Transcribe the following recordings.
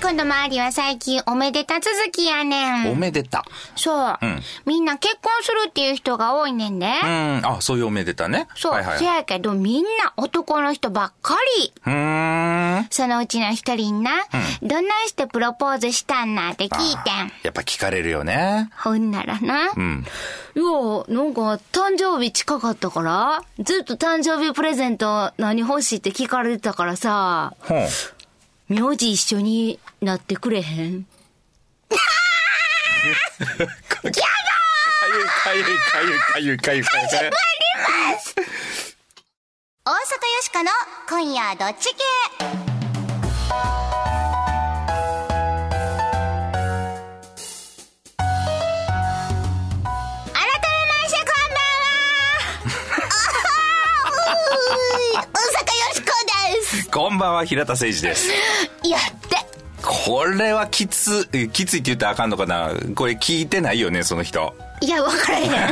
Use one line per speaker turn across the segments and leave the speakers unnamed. くんの周りは最近おめでた続きやね
お
ん。
めでた。
そう、
うん
みんな結婚するっていう人が多いねんね。
うん。あ、そういうおめでたね。
そう、
はいはい。
せやけどみんな男の人ばっかり。
うーん。
そのうちの一人にな、どんなしてプロポーズしたんなって聞いてん。
やっぱ聞かれるよね。
ほんならな。
うん。
いや、なんか、誕生日近かったから、ずっと誕生日プレゼント何欲しいって聞かれてたからさ、
ほう。
名字一緒になってくれへん
かゆいかゆいかゆいかゆいかゆいかゆい。
大阪よしかの今夜どっち系改めましてこんばんはおーうー大阪よしこです
こんばんは、平田誠二です。
やって
これはきつ、えきついって言ったらあかんのかなこれ聞いてないよね、その人。
いやわからへんいや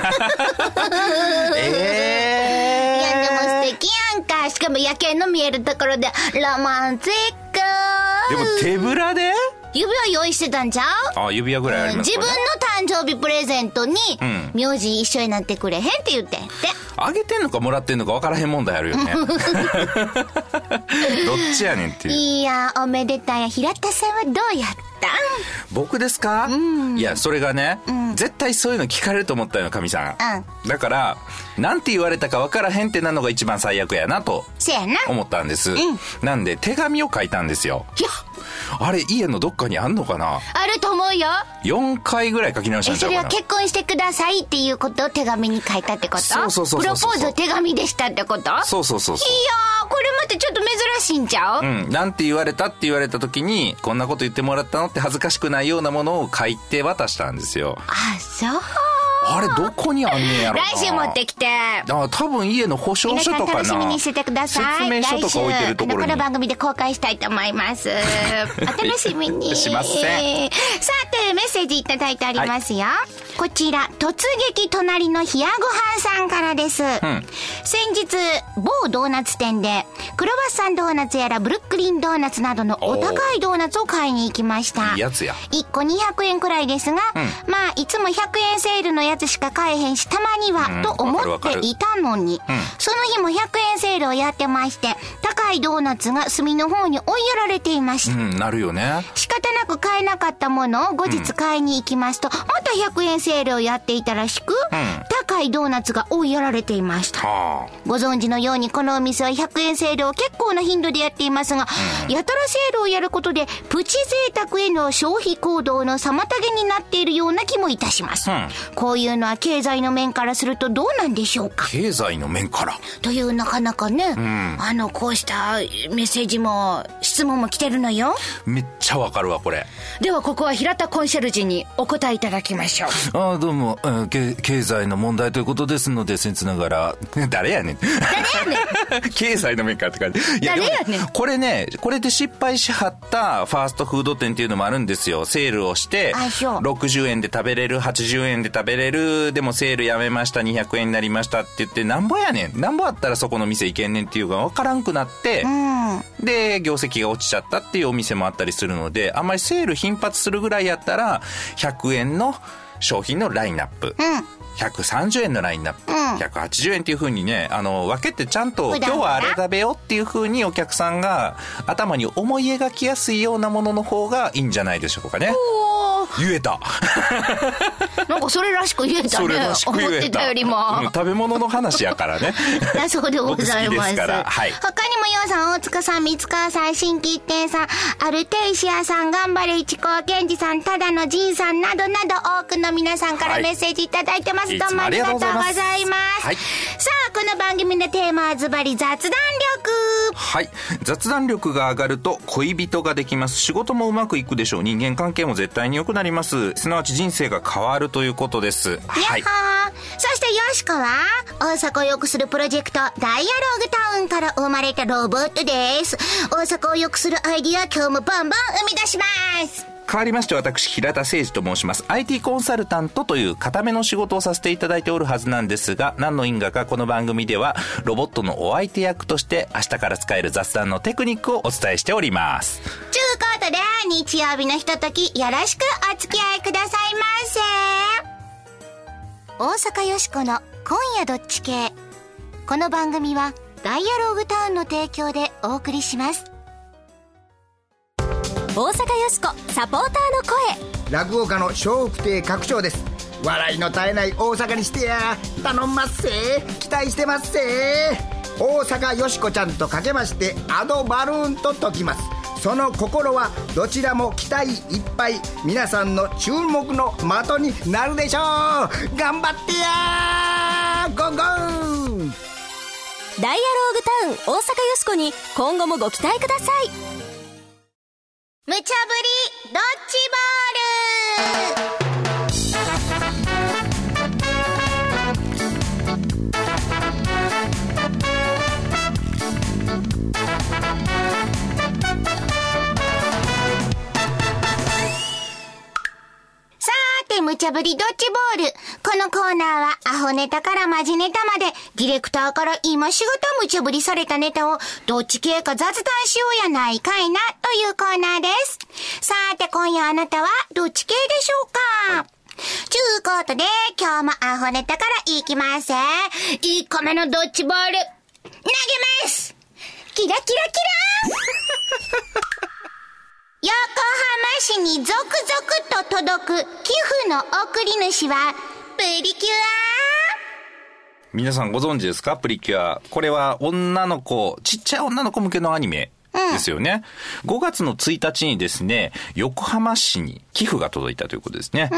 え
でも素敵やんかしかも夜景の見えるところでロマンチック
でも手ぶらで
指輪用意してたんちゃう
あ、指輪ぐらいあります
自
か
分
ら
の
ね
誕生日プレゼントに、
ん
名字一緒になってくれへんって言ってんて
あげてんのかもらってんのか分からへん問題あ るよね。どっちやねんっていう。
いやおめでたい平田さんはどうやった
僕ですかいや、それがね、絶対そういうの聞かれると思ったよ、かみさん。だから、なんて言われたか分からへんってなのが一番最悪やなと
せやな
思ったんです。なんで、手紙を書いたんですよ。あれ、家のどっかにあんのかな
あると思うよ
?4 回ぐらい書き直した
え
んち
そ
ゃ
うれ
か
は
な。
結婚してくださいっていうことを手紙に書いたってこと
そうそうそうそうそう
プロポーズ手紙でしたってこといや
そうそうそうそう。
ーこれまたちょっと珍しいんちゃう、
うん、なんて言われたって言われた時に、こんなこと言ってもらったのって恥ずかしくないようなものを書いて渡したんですよ。
あそう
あれ、どこにあんねやろな。
来週持ってきて
あ、多分家の保証
皆
書
さん
とかな。
楽しみにしててください
説明書とか置いてるとこ
来週あの
ろ
この
に。
番組で公開したいと思います お楽しみに
しません
さてメッセージいただいてありますよ、こちら突撃隣の冷やご飯さんからです、先日某ドーナツ店でクロワッサンドーナツやらブルックリンドーナツなどのお高いドーナツを買いに行きました
いいやつや
1個200円くらいですが、まあいつも100円セールのやつしか買えへんしたまには、
うん
と思
わかるわ
っ
か
て
る
いたのに、その日も100円セールをやってまして高いドーナツが隅の方に追いやられていました、
うん、なるよね。
仕方なく買えなかったものを後日買いに行きますと、また100円セールをやっていたらしく、高いドーナツが追いやられていました
はあ。
ご存知のようにこのお店は100円セールを結構な頻度でやっていますが、やたらセールをやることでプチ贅沢への消費行動の妨げになっているような気もいたします、
うん
こういうのは経済の面からするとどうなんでしょうか
経済の面から。
というなかなかね、あのこうしたメッセージも質問も来てるのよ
めっちゃわかるわ、これ。
ではここは平田コンシェルジュにお答えいただきましょう。
ああ、どうも、えーけ経済の問題ということですので、せんつながら。 誰やねん。誰やねん。 経済の面からって感じ。いでも
誰やねん
これね、これで失敗しはったファーストフード店っていうのもあるんですよ。セールをして、
あそう
60円で食べれる、80円で食べれる、でもセールやめました、200円になりましたって言って、なんぼやねん。なんぼあったらそこの店行けんねんっていうのがわからんくなって、で、業績が落ちちゃったっていうお店もあったりするので、あんまりセール頻発するぐらいやったら、100円の商品のラインナップ。130円のラインナップ、180円っていう風にね、あの、分けてちゃんと
普
今
段
日は
は
あ
な
れ食べようっていう風にお客さんが頭に思い描きやすいようなものの方がいいんじゃないでしょうかね。言えた。
なんかそれらしく言えた
そ
ね
れらしく
思っ
言え
て
た。
たよりも、
うん食べ物の話やからね。
だ そうでござい
僕好
ま。
きですすからはい
他にも、ようさん、大塚さん、三塚さん、新規一点さん、アルテイシアさん、頑張れ一高健二さん、ただの仁さんなどなど、多くの皆さんから
はい
メッセージいただいてます。
いつ
ど
も
うもありがとうございます。
ありがとうございますはい
さあ、この番組のテーマはズバリ雑談力。
はい。雑談力が上がると恋人ができます。仕事もうまくいくでしょう。人間関係も絶対に良くなります。すなわち人生が変わるということです。はい
やっ。ほーそして、よしこは、大阪を良くするプロジェクト、ダイアローグタウンから生まれたロボットです。大阪を良くするアイディア、今日もバンバン生み出します。
変わりまして私、平田誠二と申します。IT コンサルタントという固めの仕事をさせていただいておるはずなんですが、何の因果かこの番組では、ロボットのお相手役として、明日から使える雑談のテクニックをお伝えしております。
ちゅうことで、ことで、日曜日のひととき、よろしくお付き合いくださいませ。大阪よしこの今夜どっち系。この番組は、ダイアローグタウンの提供でお送りします。
大阪よしこサポーターの声
落語家の笑福亭拡張です笑いの絶えない大阪にしてや頼んますせ期待してますせ大阪よしこちゃんとかけましてアドバルーンと解きますその心はどちらも期待いっぱい皆さんの注目の的になるでしょう頑張ってやゴーゴー
ダイアローグタウン大阪よしこに今後もご期待ください
無茶ぶりドッジボールさーて、無茶ぶりドッジボール。このコーナーは、アホネタからマジネタまで、ディレクターから今仕事無茶ぶりされたネタを、どっち系か雑談しようやないかいな、というコーナーです。さーて、今夜あなたは、どっち系でしょうか、ちゅうことで、今日もアホネタからいきます。1個目のドッジボール、投げますキラキラキラーン横浜市に続々と届く寄付の送り主はプリキュ
皆さんご存知ですかプリキュア。これは女の子、ちっちゃい女の子向けのアニメですよね。5月の1日にですね、横浜市に寄付が届いたということですね。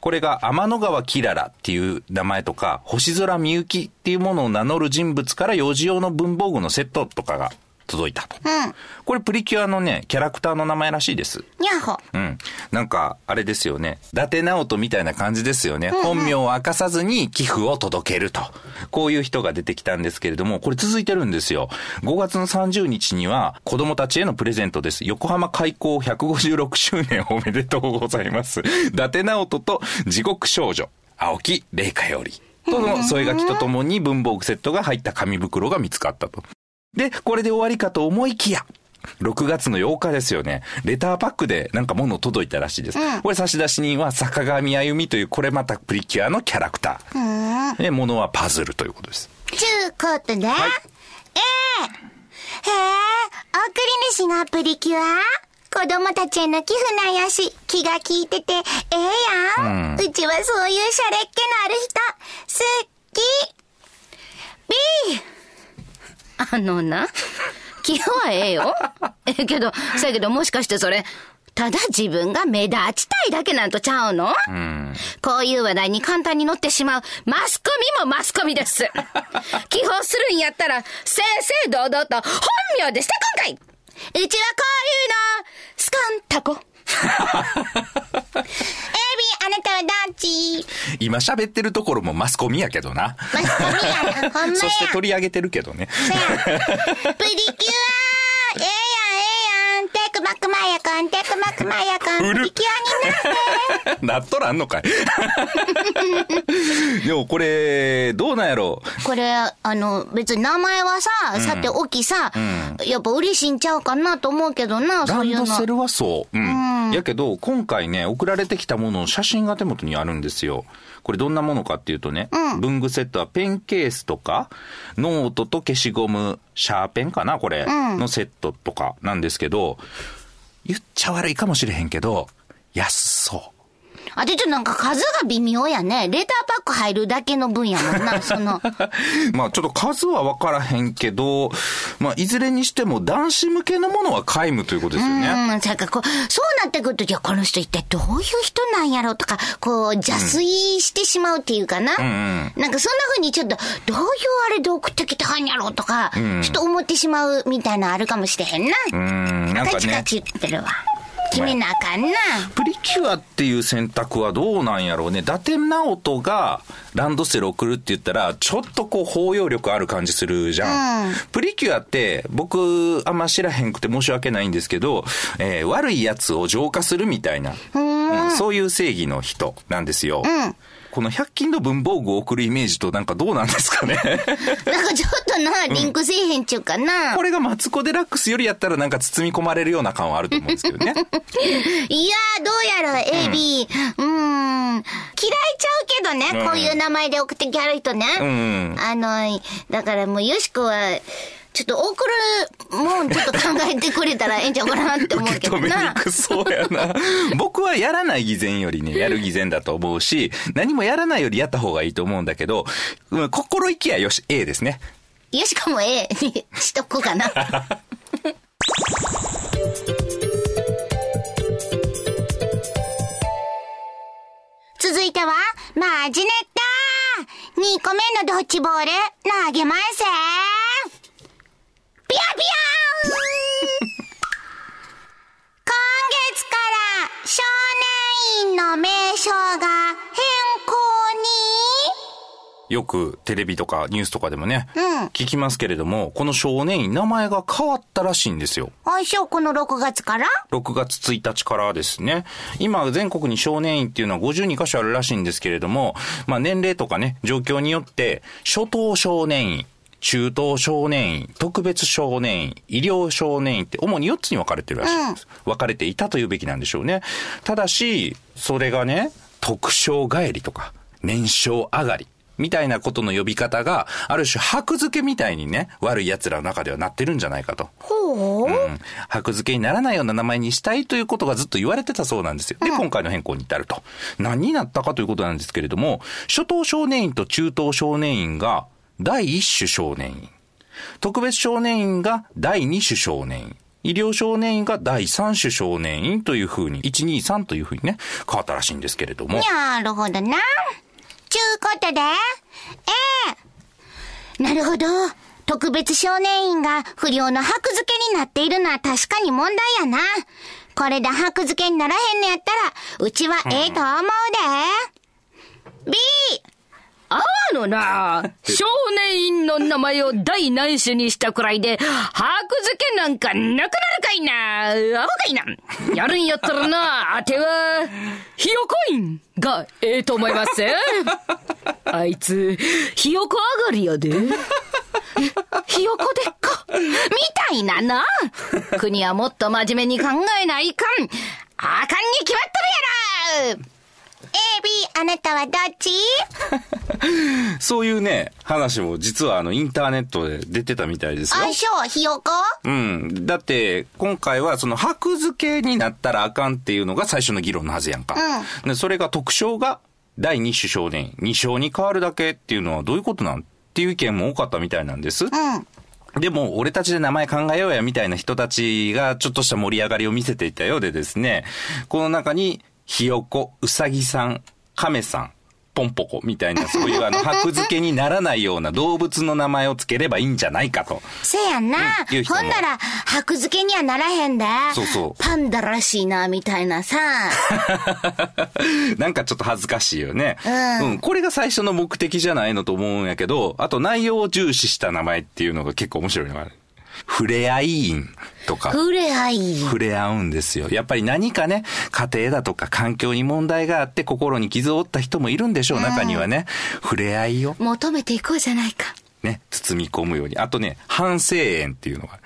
これが天の川キララっていう名前とか、星空みゆきっていうものを名乗る人物から幼児用の文房具のセットとかが届いたと。これプリキュアのね、キャラクターの名前らしいです。
アにゃほ
うん。なんか、あれですよね。伊達直人みたいな感じですよね。本名を明かさずに寄付を届けると。こういう人が出てきたんですけれども、これ続いてるんですよ。5月の30日には、子供たちへのプレゼントです。横浜開港156周年おめでとうございます。伊達直人と地獄少女、青木玲香より。との添え書きとともに文房具セットが入った紙袋が見つかったと。で、これで終わりかと思いきや、6月の8日ですよね。レターパックでなんか物届いたらしいです。これ差出人は坂上歩美という、これまたプリキュアのキャラクター。で、物はパズルということです。
ちゅうことで、ええへえ、送り主がプリキュア子供たちへの寄付なんやし、気が利いてて、ええやん、うちはそういうシャレっ気のある人、好き !B!
あの な、寄付はええよ。ええけど、そやけどもしかしてそれ、ただ自分が目立ちたいだけなんとちゃうのこういう話題に簡単に乗ってしまうマスコミもマスコミ です。寄付をするんやったら、正々堂々と本名でして今回うちはこういうの、スカンタコ。
AB、あなたはどっち
今喋ってるところもマスコミやけどな。
マスコミやな、ほんまや。
そして取り上げてるけどね。
プリキュアええやんええやんテクマクマヤコンテクマクマヤコン
う
プ
る
リキュアになって
なっとらんのかい。 でもこれ、どうなんやろう。
これ、あの、別に名前はさ、さておきさ、やっぱ嬉しいんちゃうかなと思うけどな、そ
ラ
うい
ン
う
ド
の。
セルはそう。うん。やけど、今回ね、送られてきたものの写真が手元にあるんですよ。これどんなものかっていうとね、文具セットはペンケースとか、ノートと消しゴム、シャーペンかなこれ、のセットとかなんですけど、言っちゃ悪いかもしれへんけど、安そ
あ、で、ちょっとなんか数が微妙やね。レターパック入るだけの分やもんな、その。
う。 まあちょっと数は分からへんけど、まあいずれにしても男子向けのものは皆無ということですよね。
うん、それからこう、そうなってくると、いや、この人一体どういう人なんやろとか、こう、邪推してしまうっていうかな。なんかそんな風にちょっと、どういうあれで送ってきてはんやろとか、ちょっと思ってしまうみたいなのあるかもしれへんな。
うんなんかね
カチカチ言ってるわ。決めなあかんな。
プリキュアっていう選択はどうなんやろうね。伊達直人がランドセル送るって言ったら、ちょっとこう包容力ある感じするじゃん。プリキュアって僕あんま知らへんくて申し訳ないんですけど、えー悪い奴を浄化するみたいな、うんそういう正義の人なんですよ。この100均の文房具を送るイメージとなんかどうなんです かね
なんかちょっとな、リンクせえへんちゅうかな。
これがマツコデラックスよりやったらなんか包み込まれるような感はあると思うんですけどね。
いやー、どうやら AB。うーん。嫌いちゃうけどね、
うん
こういう名前で送ってきはる人ね。
うん
あの、だからもう、よしこは、ちょっと送るもんちょっと考えてくれたらええんちゃうかなって思う
受
け
け
ど
止めに
な。
くそうやな。僕はやらない偽善よりね、やる偽善だと思うし、何もやらないよりやった方がいいと思うんだけど、うん心意気はよし、A ですね。
よしこもええにしとこうかな。続いては、マジネッター !2 個目のドッジボール、投げまえせピヨピヨー今月から少年院の名称が変更に
よくテレビとかニュースとかでもね、
ん
聞きますけれども、この少年院名前が変わったらしいんですよ。
相性この6月から
6月1日からですね。今、全国に少年院っていうのは52カ所あるらしいんですけれども、まあ年齢とかね、状況によって、初等少年院、中等少年院、特別少年院、医療少年院って主に4つに分かれてるらしいんです。分かれていたというべきなんでしょうね。ただし、それがね、特徴帰りとか、年少上がり。みたいなことの呼び方が、ある種、箔付けみたいにね、悪い奴らの中ではなってるんじゃないかと。うん箔付けにならないような名前にしたいということがずっと言われてたそうなんですよ。で、今回の変更に至ると。何になったかということなんですけれども、初等少年院と中等少年院が第一種少年院。特別少年院が第二種少年院。医療少年院が第三種少年院というふうに、123というふうにね、変わったらしいんですけれども。
なるほどな。ちゅうことで、ええなるほど。特別少年院が不良の箔付けになっているのは確かに問題やな。これで箔付けにならへんのやったら、うちはええと思うで。B!
あわのな、少年院の名前を第何種にしたくらいで、箔付けなんかなくなるかいな、アホかいな。やるんやったらな、あては、ひよこ院がええと思いますぜ。あいつ、ひよこ上がりやで。ひよこでっか、みたいなな。国はもっと真面目に考えないかん。あかんに決まっとるやろ
AB、あなたはどっち
そういうね、話も実はあの、インターネットで出てたみたいですよ。
相性ひよこ
うん。だって、今回は、その、箔付けになったらあかんっていうのが最初の議論のはずやんか。でそれが特徴が、第二種少年、二章に変わるだけっていうのはどういうことなんっていう意見も多かったみたいなんです。でも、俺たちで名前考えようやみたいな人たちが、ちょっとした盛り上がりを見せていたようでですね、この中に、ひよこ、うさぎさん、かめさん、ポンポコみたいな、そういうあの、箔付けにならないような動物の名前を付ければいいんじゃないかと。
せやんな。
うんいう人も
ほんなら、箔付けにはならへんで。
そうそう
パンダらしいな、みたいなさ。
なんかちょっと恥ずかしいよね。
う
うん。これが最初の目的じゃないのと思うんやけど、あと内容を重視した名前っていうのが結構面白いのがある。触れ合い員とか。
ふれあい。
触れ合うんですよ。やっぱり何かね、家庭だとか環境に問題があって心に傷を負った人もいるんでしょう、中にはね。触れ合いを
求めていこうじゃないか。
ね、包み込むように。あとね、反省園っていうのが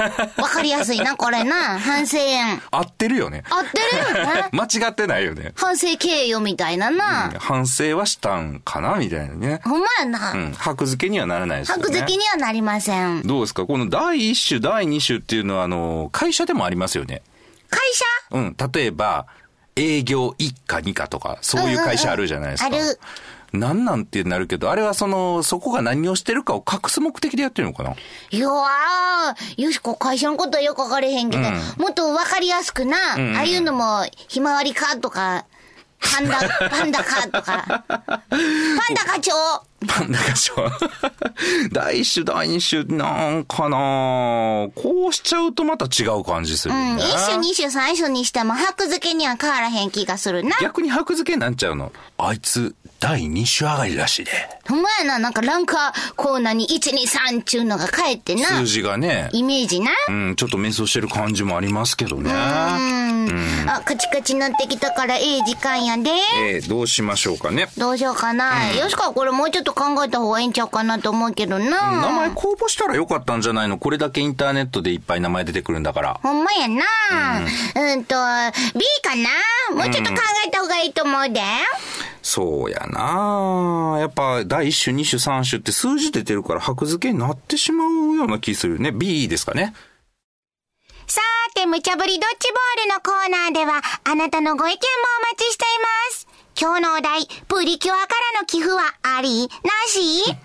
ある。
わかりやすいな、これな。反省園。
合ってるよね。。
合ってるよね
間違ってないよね。
反省経由みたいなな。
反省はしたんかなみたいなね。
ほんまや
う
な。
ん。箔付けにはならないですよね。
箔付けにはなりません。
どうですかこの第一種、第二種っていうのは、あの、会社でもありますよね。
会社
うん。例えば、営業一課二課とか、そういう会社あるじゃないですか。
うんうんうんある
なんなんてなるけど、あれはその、そこが何をしてるかを隠す目的でやってるのかない
やー、よしこ会社のことはよくわかれへんけど、もっとわかりやすくな、ああいうのも、ひま わりかとか、パンダ、パンダかとか、パンダ課長、
パンダが賞。 第一種、第二種、なんかなこうしちゃうとまた違う感じするよね。
一種二種三種にしても、白漬けには変わらへん気がするな。
逆に白漬けになっちゃうの。あいつ、第二種上がりらしいで。
ほんまやな、なんかランカーコーナーに1、2、3ちゅうのが書いてな。
数字がね。
イメージな。
うん、ちょっと迷走してる感じもありますけどね。
うん。あ、カチカチなってきたからええ時間やで。
えー、どうしましょうかね。
どうしようかな。よしか、これもうちょっと考えた方がいいんちゃうかなと思うけど
名
な。
前公募したらよかったんじゃないのこれだけインターネットでいっぱい名前出てくるんだから。
ほんまやな。うんと、B かなもうちょっと考えた方がいいと思うで。
そうやなやっぱ、第1種、2種、3種って数字出てるから白付けになってしまうような気するよね。B ですかね。
さーて、無茶ぶりドッジボールのコーナーでは、あなたのご意見もお待ちしています。今日のお題、プリキュアからの寄付はありなし少年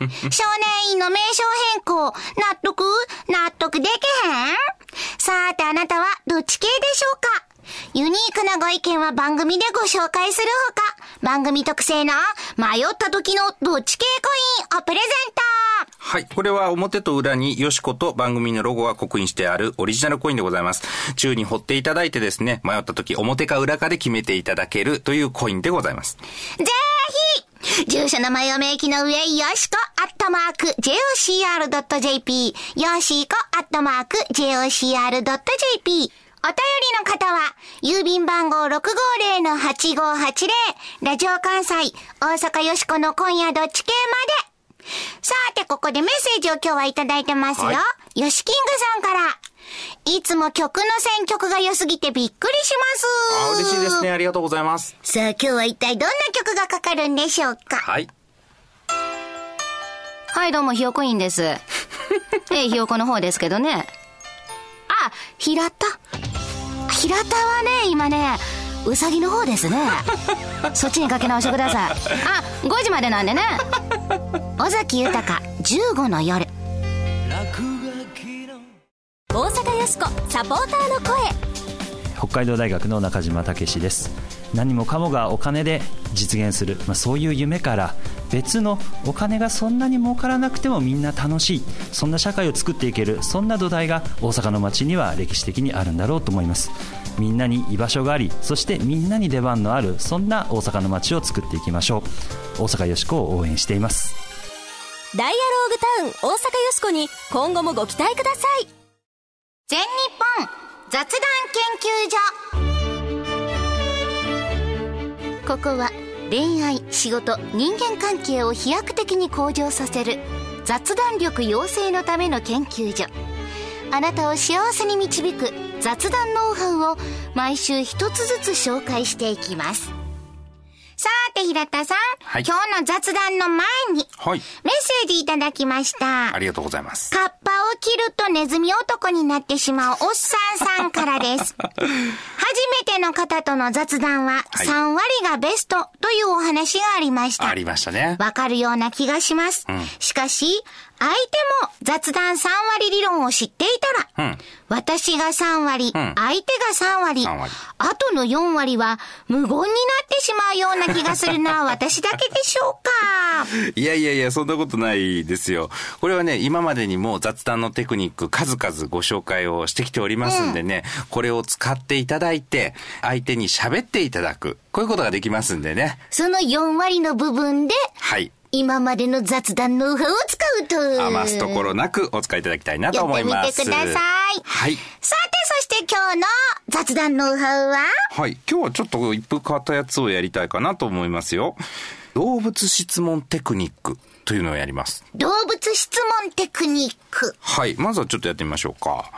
院の名称変更、納得納得できへんさーて、あなたはどっち系でしょうかユニークなご意見は番組でご紹介するほか、番組特製の迷った時のどっち系コインをプレゼント
はい。これは表と裏に、よしこと番組のロゴが刻印してあるオリジナルコインでございます。宙に掘っていただいてですね、迷った時、表か裏かで決めていただけるというコインでございます。
ぜひ住所名前を明記の上、よしこ、アットマーク、jocr.jp。よしこ、アットマーク、jocr.jp。お便りの方は、郵便番号650-8580、ラジオ関西、大阪よしこの今夜どっち系まで。さて、ここでメッセージを今日はいただいてますよ。
は
よしきんぐさんから。いつも曲の選曲が良すぎてびっくりしま
あー、
す。
嬉しいですね。。ありがとうございます。
さあ、今日は一体どんな曲がかかるんでしょうか
はい。
はい、どうも、ひよこいん です。ええ、ひよこの方ですけどね。あ、平田。平田はね、今ね、うさぎの方です ね。そっちにかけ直してください。あ、5時までなんでね。
尾崎豊15の夜
大阪よしこサポーターの声
北海道大学の中島武史です何もかもがお金で実現する、まあ、そういう夢から別のお金がそんなに儲からなくてもみんな楽しいそんな社会を作っていけるそんな土台が大阪の街には歴史的にあるんだろうと思いますみんなに居場所がありそしてみんなに出番のあるそんな大阪の街を作っていきましょう大阪よしこを応援しています
ダイアローグタウン大阪よしこに今後もご期待ください
全日本雑談研究所ここは恋愛仕事人間関係を飛躍的に向上させる雑談力養成のための研究所あなたを幸せに導く雑談ノウハウを毎週一つずつ紹介していきますさて平田さん、
はい
今日の雑談の前に
はい。
メッセージいただきました
ありがとうございます。
カッパを着るとネズミ男になってしまうおっさんさんから です。初めての方との雑談は
はい
3割がベストというお話がありました
あ。りましたね。
わかるような気がします。しかし、相手も雑談3割理論を知っていたら、
うん
私が3割、
ん
相手が3割、
3割
あとの4割は無言になってしまうような気がするのは私だけでしょうか。
いやいやいや、そんなことないですよ。これはね、今までにも雑談のテクニック数々ご紹介をしてきておりますんでね、これを使っていただいて、相手に喋っていただく。こういうことができますんでね。
その4割の部分で、
はい。
今までの雑談ノウハウを使うと。
余すところなくお使いいただきたいなと思います。
やってみてください
はい。
さて、そして今日の雑談ノウハウは
はい。今日はちょっと一風変わったやつをやりたいかなと思いますよ。動物質問テクニックというのをやります。
動物質問テクニック。
はい。まずはちょっとやってみましょうか。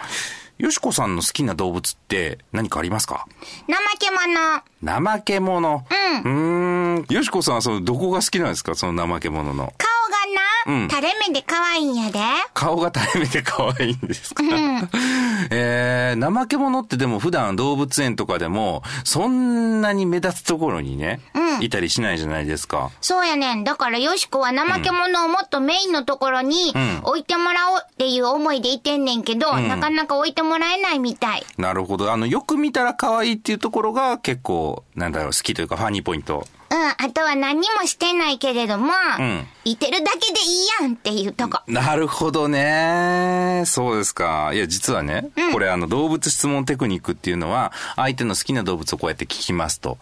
よしこさんの好きな動物って何かありますか
怠け者。
怠け者。うん。うーん。よしこさんはその、どこが好きなんですかその怠け者の。
顔がな、
うん
垂れ目で可愛いんやで。
顔が垂れ目で可愛いんですか、 えー、怠け者ってでも普段動物園とかでも、そんなに目立つところにね、いたりしないじゃないですか。
そうやねん。だから、よしこは怠け者をもっとメインのところに
ん
置いてもらおうっていう思いでいてんねんけど、なかなか置いてもらえないみたい。
なるほど。あの、よく見たら可愛いっていうところが結構、なんだろう、好きというかファニーポイント。
うん、あとは何もしてないけれども、
ん
いてるだけでいいやんっていうとこ。
なるほどね。そうですか。いや、実はね、これあの、動物質問テクニックっていうのは、相手の好きな動物をこうやって聞きますと、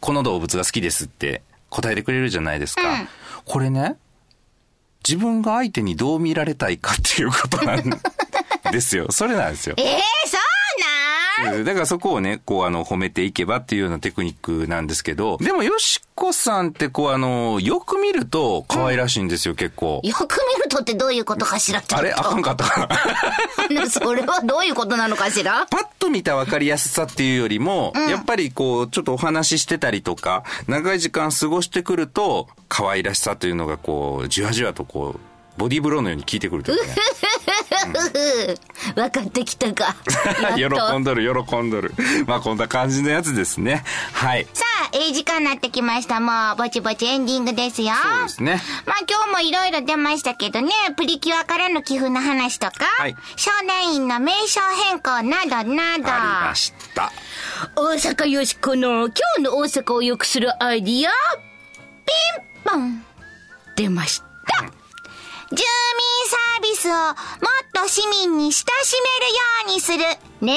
この動物が好きですって答えてくれるじゃないですか。これね、自分が相手にどう見られたいかっていうことなん ですよ。それなんですよ。
ええそうなん
だからそこをね、こうあの、褒めていけばっていうようなテクニックなんですけど、でもよしこさんってこうあの、よく見ると可愛らしいんですよ、結構。
よく見るとってどういうことかしらちょっ
あ
と
れあかんかったかな
ねそれはどういうことなのかしら
パッと見た分かりやすさっていうよりも、やっぱりこう、ちょっとお話ししてたりとか、長い時間過ごしてくると、可愛らしさというのがこう、じわじわとこう、ボディーブローのように効いてくる というかね。
分かってきた か。やっと
喜んどる、喜んどる。まあこんな感じのやつですね。はい。
さあ、ええ時間になってきました。もう、ぼちぼちエンディングですよ。
そうですね。
まあ今日もいろいろ出ましたけどね、プリキュアからの寄付の話とか、
はい
少年院の名称変更などなど。
ありました。
大阪よしこの今日の大阪を良くするアイディア、
ポン
出ました。
住民サービスをもっと市民に親しめるようにするネーミングア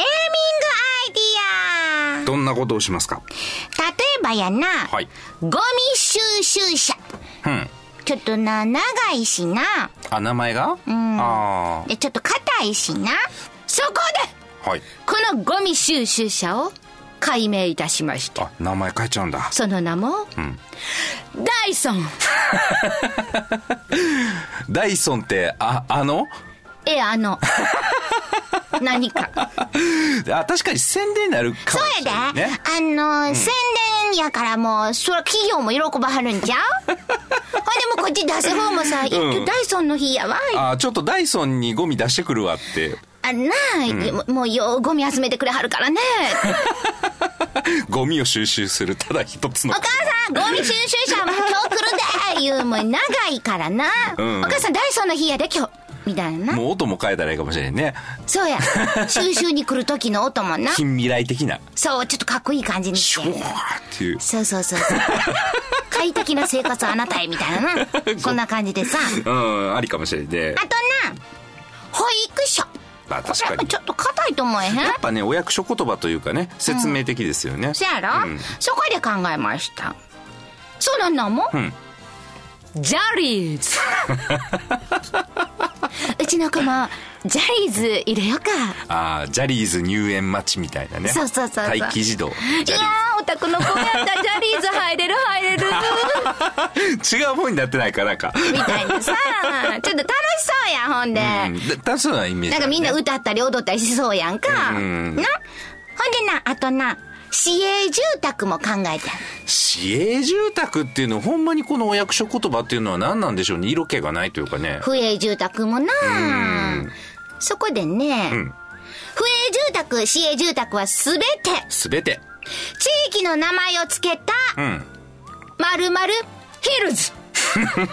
イディア
どんなことをしますか
例えばやな、
はい。
ゴミ収集車
うん。
ちょっとな長いしな
あ、名前がうん。あ
でちょっと硬いしな
そこで、
あ。はい。
このゴミ収集車を解明いたしました。
あ、名前変えちゃうんだ。
その名も、
ん
ダイソン。
ダイソンって、あ、あの
え、あ の、何か。
あ、確かに宣伝になるかもし
で、
れない、ね。
あの、宣伝やからもうそら企業も喜ばはるん ちゃうほいでもうこっち出せ方もさ「一
うん
挙ダイソンの日やわ」
あちょっとダイソンにゴミ出してくるわって、
あなあ、もうもうようゴミ集めてくれはるからね
ゴミを収集するただ一つの
お。母さんゴミ収集車も今日来るで言うもう長いからな、
うん
お母さんダイソンの日やで今日みたいな
もう音も変えたらいいかもしれんね。
そうや収集に来る時の音も な
近未来的な。
そうちょっとかっこいい感じに
シ
し
ュワ
て
ーっていう。
そうそうそう そう快適な生活あなたへみたいななこんな感じでさあ
うん、ありかもしれんね。
とな保育所
まあ
こ
確
れ
か
も
に。
ち
や
ょっと硬いと思えへん
っぱね、お役所言葉というかね、説明的ですよね。
そやろ、
うん
そこで考えましたそうなんなんも、うん
ジャリーズ。
ちの子もジャリーズ入れようか
ああ、ジャリーズ入園待ちみたいなね。
そうそうそうそう
待機児童。
い
ジ
や
ャリーズ
ーお宅の子やったジャリーズ入れる入れ る
違う方になってないかなんか。
みたいなさちょっと楽しそうやんほんで、
うん。だ、だそうなイメー
な
ジ、
んかみんな歌ったり踊ったりしそうやんか。
う
な。ほ
ん
んでな、あとな、市営住宅も考えて
市営住宅っていうのほんまにこのお役所言葉っていうのは何なんでしょうね色気がないというかね
不営住宅もな。そこでね、
うん
不営住宅、市営住宅はすべて、
全て
地域の名前を付けた、
うん
〇〇ヒル ズ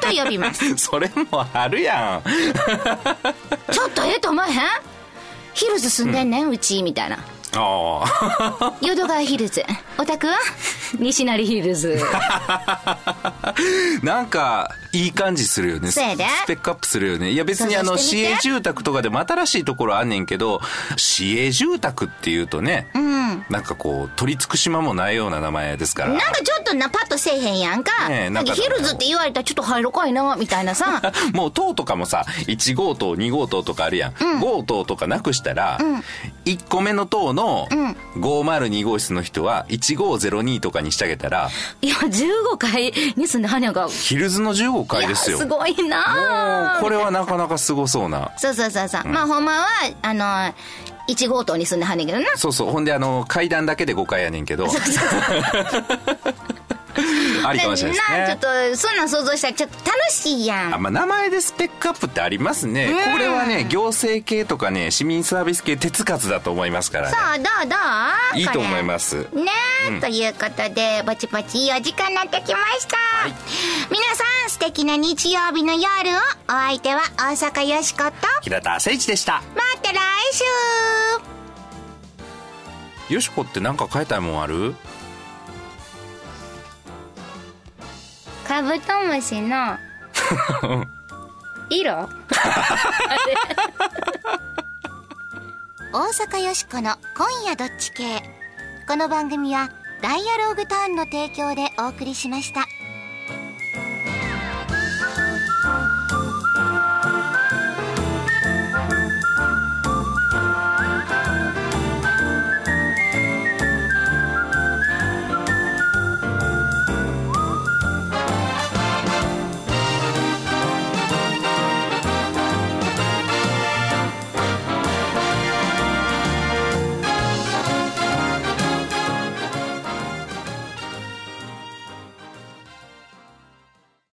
と呼びます。
それもあるやん
ちょっとええと思えへんヒルズ住んでんねん、うち、みたいな。
ああ
淀川ヒルズ。お宅は
西成ヒルズ。
なんかいい感じするよね
そうやで
スペックアップするよねいや別にあの
想像して
市
みて
営住宅とかでも新しいところあんねんけど市営住宅っていうとね、なんかこう取り付く島もないような名前ですから
なんかちょっとな、パッとせえへんやんか。
ねえなんか
ヒルズって言われたらちょっと入ろかいな、みたいな さ。
もう塔とかもさ1号棟2号棟とかあるやん、号棟とかなくしたら、1個目の塔の502号室の人は1502とかにしてあげたら
いや、15回に住んではにゃが。
ヒルズの15階ですよ
すごい
も
な
うこれはなかなかすごそうな
そうそうそうそう。まあ、ほんまは、あの、1号棟に住んではんねんけどな。
そうそうほんであの階段だけで5階やね んけどありかもしれない
な
で
ち
す
ょっと、
ね
そんなん想像したらちょっと楽しいやん。
あまあ、名前でスペックアップってありますね、これはね行政系とかね市民サービス系手つかずだと思いますからね
さあ、どうどう。
いいと思いますす
これねえ、ということで、ぼちぼちいいお時間になってきました。皆さん、素敵な日曜日の夜を、お相手は大阪よしこと、
平田誠一でした
また来週
よしこってなんか変えたいもんある
カブトムシ の色あれ
大阪よしこの「今夜どっち系」この番組は「ダイアローグターン」の提供でお送りしました。